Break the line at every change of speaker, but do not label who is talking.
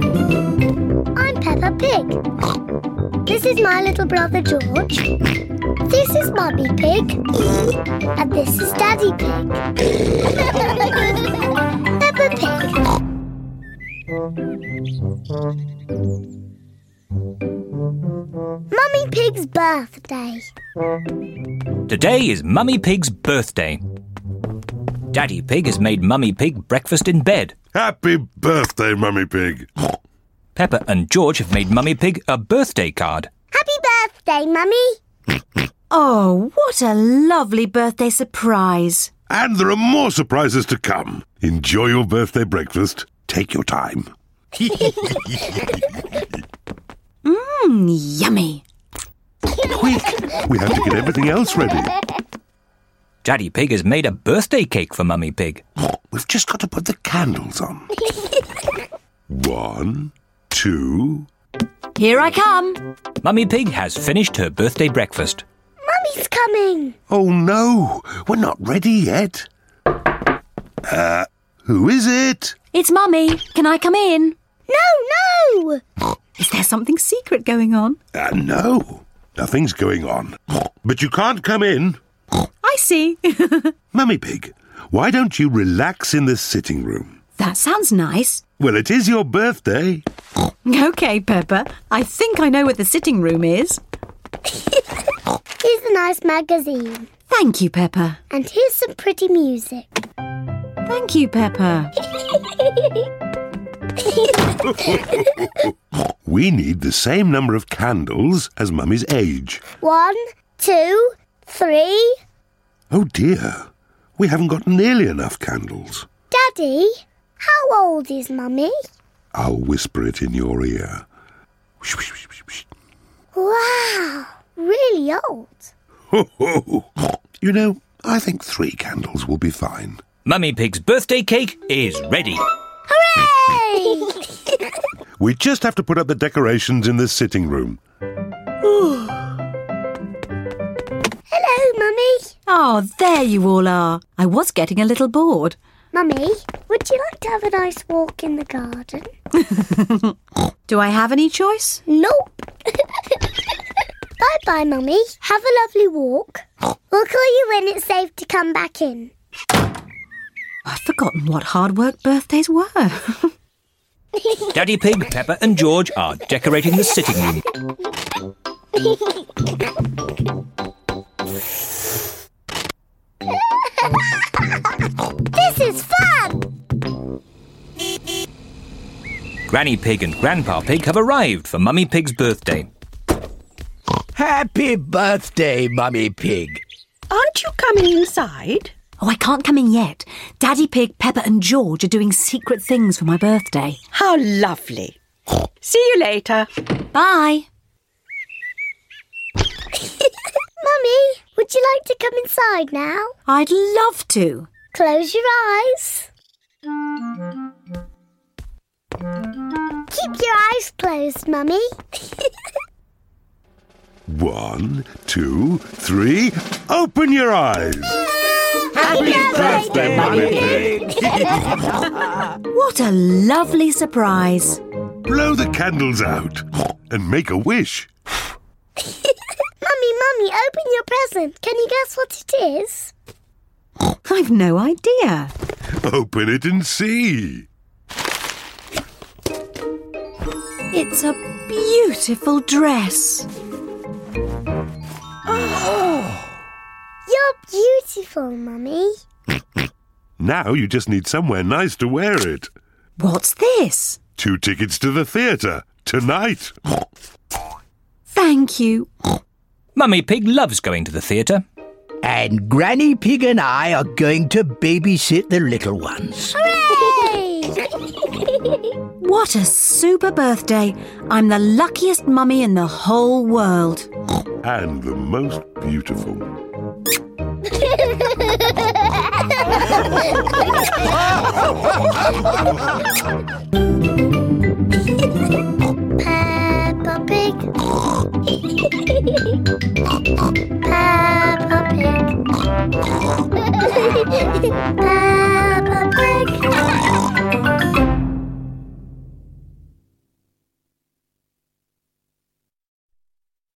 I'm Peppa Pig. This is my little brother George. This is Mummy Pig. And this is Daddy Pig. Peppa Pig. Mummy Pig's birthday.
Today is Mummy Pig's birthday. Daddy Pig has made Mummy Pig breakfast in bed.
Happy birthday, Mummy Pig.
Pepper and George have made Mummy Pig a birthday card.
Happy birthday, Mummy.
Oh, what a lovely birthday surprise.
And there are more surprises to come. Enjoy your birthday breakfast. Take your time.
Mm, yummy.
Quick, we have to get everything else ready.
Daddy Pig has made a birthday cake for Mummy Pig.
We've just got to put the candles on. One, two.
Here I come.
Mummy Pig has finished her birthday breakfast.
Mummy's coming.
Oh no, we're not ready yet. Uh, who is it?
It's Mummy. Can I come in?
No, no.
Is there something secret going on?
Uh, no, nothing's going on. But you can't come in.
I see.
Mummy Pig, why don't you relax in the sitting room?
that sounds nice.
Well, it is your birthday.
Okay, Pepper. I think I know where the sitting room is.
Here's a nice magazine.
Thank you, Pepper.
And here's some pretty music.
Thank you, Pepper.
We need the same number of candles as Mummy's age.
One, two, three.
Oh dear, we haven't got nearly enough candles.
Daddy, how old is Mummy?
I'll whisper it in your ear.
Wow, really old.
You know, I think three candles will be fine.
Mummy Pig's birthday cake is ready.
Hooray!
We just have to put up the decorations in the sitting room.
Hello, Mummy.
Oh, there you all are. I was getting a little bored.
Mummy, would you like to have a nice walk in the garden?
Do I have any choice?
Nope. bye bye, Mummy. Have a lovely walk. We'll call you when it's safe to come back in.
I've forgotten what hard work birthdays were.
Daddy Pig, Pepper, and George are decorating the sitting room.
This is fun!
Granny Pig and Grandpa Pig have arrived for Mummy Pig's birthday.
Happy birthday, Mummy Pig.
Aren't you coming inside?
oh, I can't come in yet. Daddy Pig, Pepper, and George are doing secret things for my birthday.
How lovely. See you later.
Bye.
Mummy, would you like to come inside now?
I'd love to.
Close your eyes. Keep your eyes closed, Mummy.
One, two, three. Open your eyes.
Happy birthday,
Mummy Pig.
What a lovely surprise.
Blow the candles out and make a wish.
Mummy, Mummy, open your present. Can you guess what it is?
I've no idea.
Open it and see.
It's a beautiful dress.
You're beautiful, Mummy.
Now you just need somewhere nice to wear it.
What's this?
Two tickets to the theatre tonight.
Thank you.
Mummy Pig loves going to the theatre.
And Granny Pig and I are going to babysit the little ones.
Hey!
What a super birthday. I'm the luckiest mummy in the whole world.
And the most beautiful.
Peppa Pig. Peppa Pig. Peppa